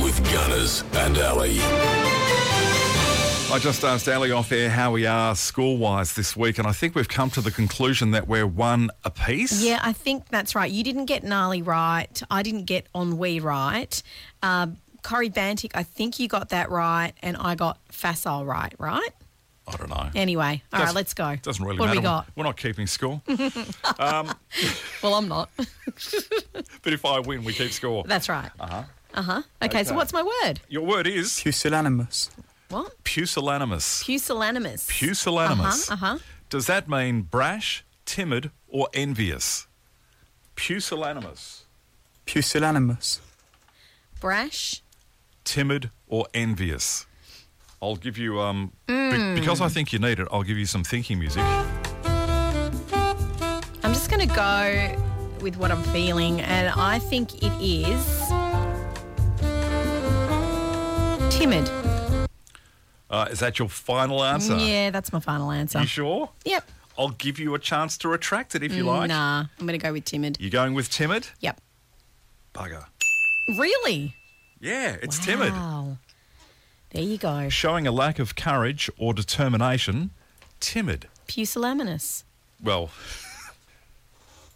Manners and Alley. I just asked Ali off air how we are school wise this week, and I think we've come to the conclusion that we're one apiece. Yeah, I think that's right. You didn't get gnarly right. I didn't get ennui right. Uh, Corey Bantic, I think you got that right, and I got facile right, right? I don't know. Anyway, all Doesn't- right, let's go. Doesn't really what matter. What do we got? We're not keeping score. Well, I'm not. but if I win, we keep score. That's right. Uh huh. Uh huh. Okay, so Uh-huh. Okay. what's my word? Your word is Pusillanimous. What? pusillanimous. Pusillanimous. Pusillanimous. Uh-huh, uh-huh. Does that mean brash, timid, or envious? Pusillanimous. Pusillanimous. Brash. timid or envious? I'll give you um be- Hmm. because I think you need it. I'll give you some thinking music. I'm just going to go with what I'm feeling, and I think it is timid. Uh, is that your final answer? Yeah, that's my final answer. You sure? Yep. I'll give you a chance to retract it if you like. Nah, I'm going to go with timid. You're going with timid? Yep. Bugger. Really? Yeah, it's timid. Wow. There you go. Showing a lack of courage or determination. Timid. Pusillanimous. Well,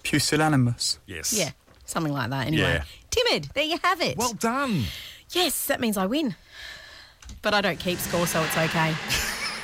Pusillanimous. yes. Yeah, something like that. Anyway, Yeah. timid. There you have it. Well done. yes, that means I win. But I don't keep score, so it's okay.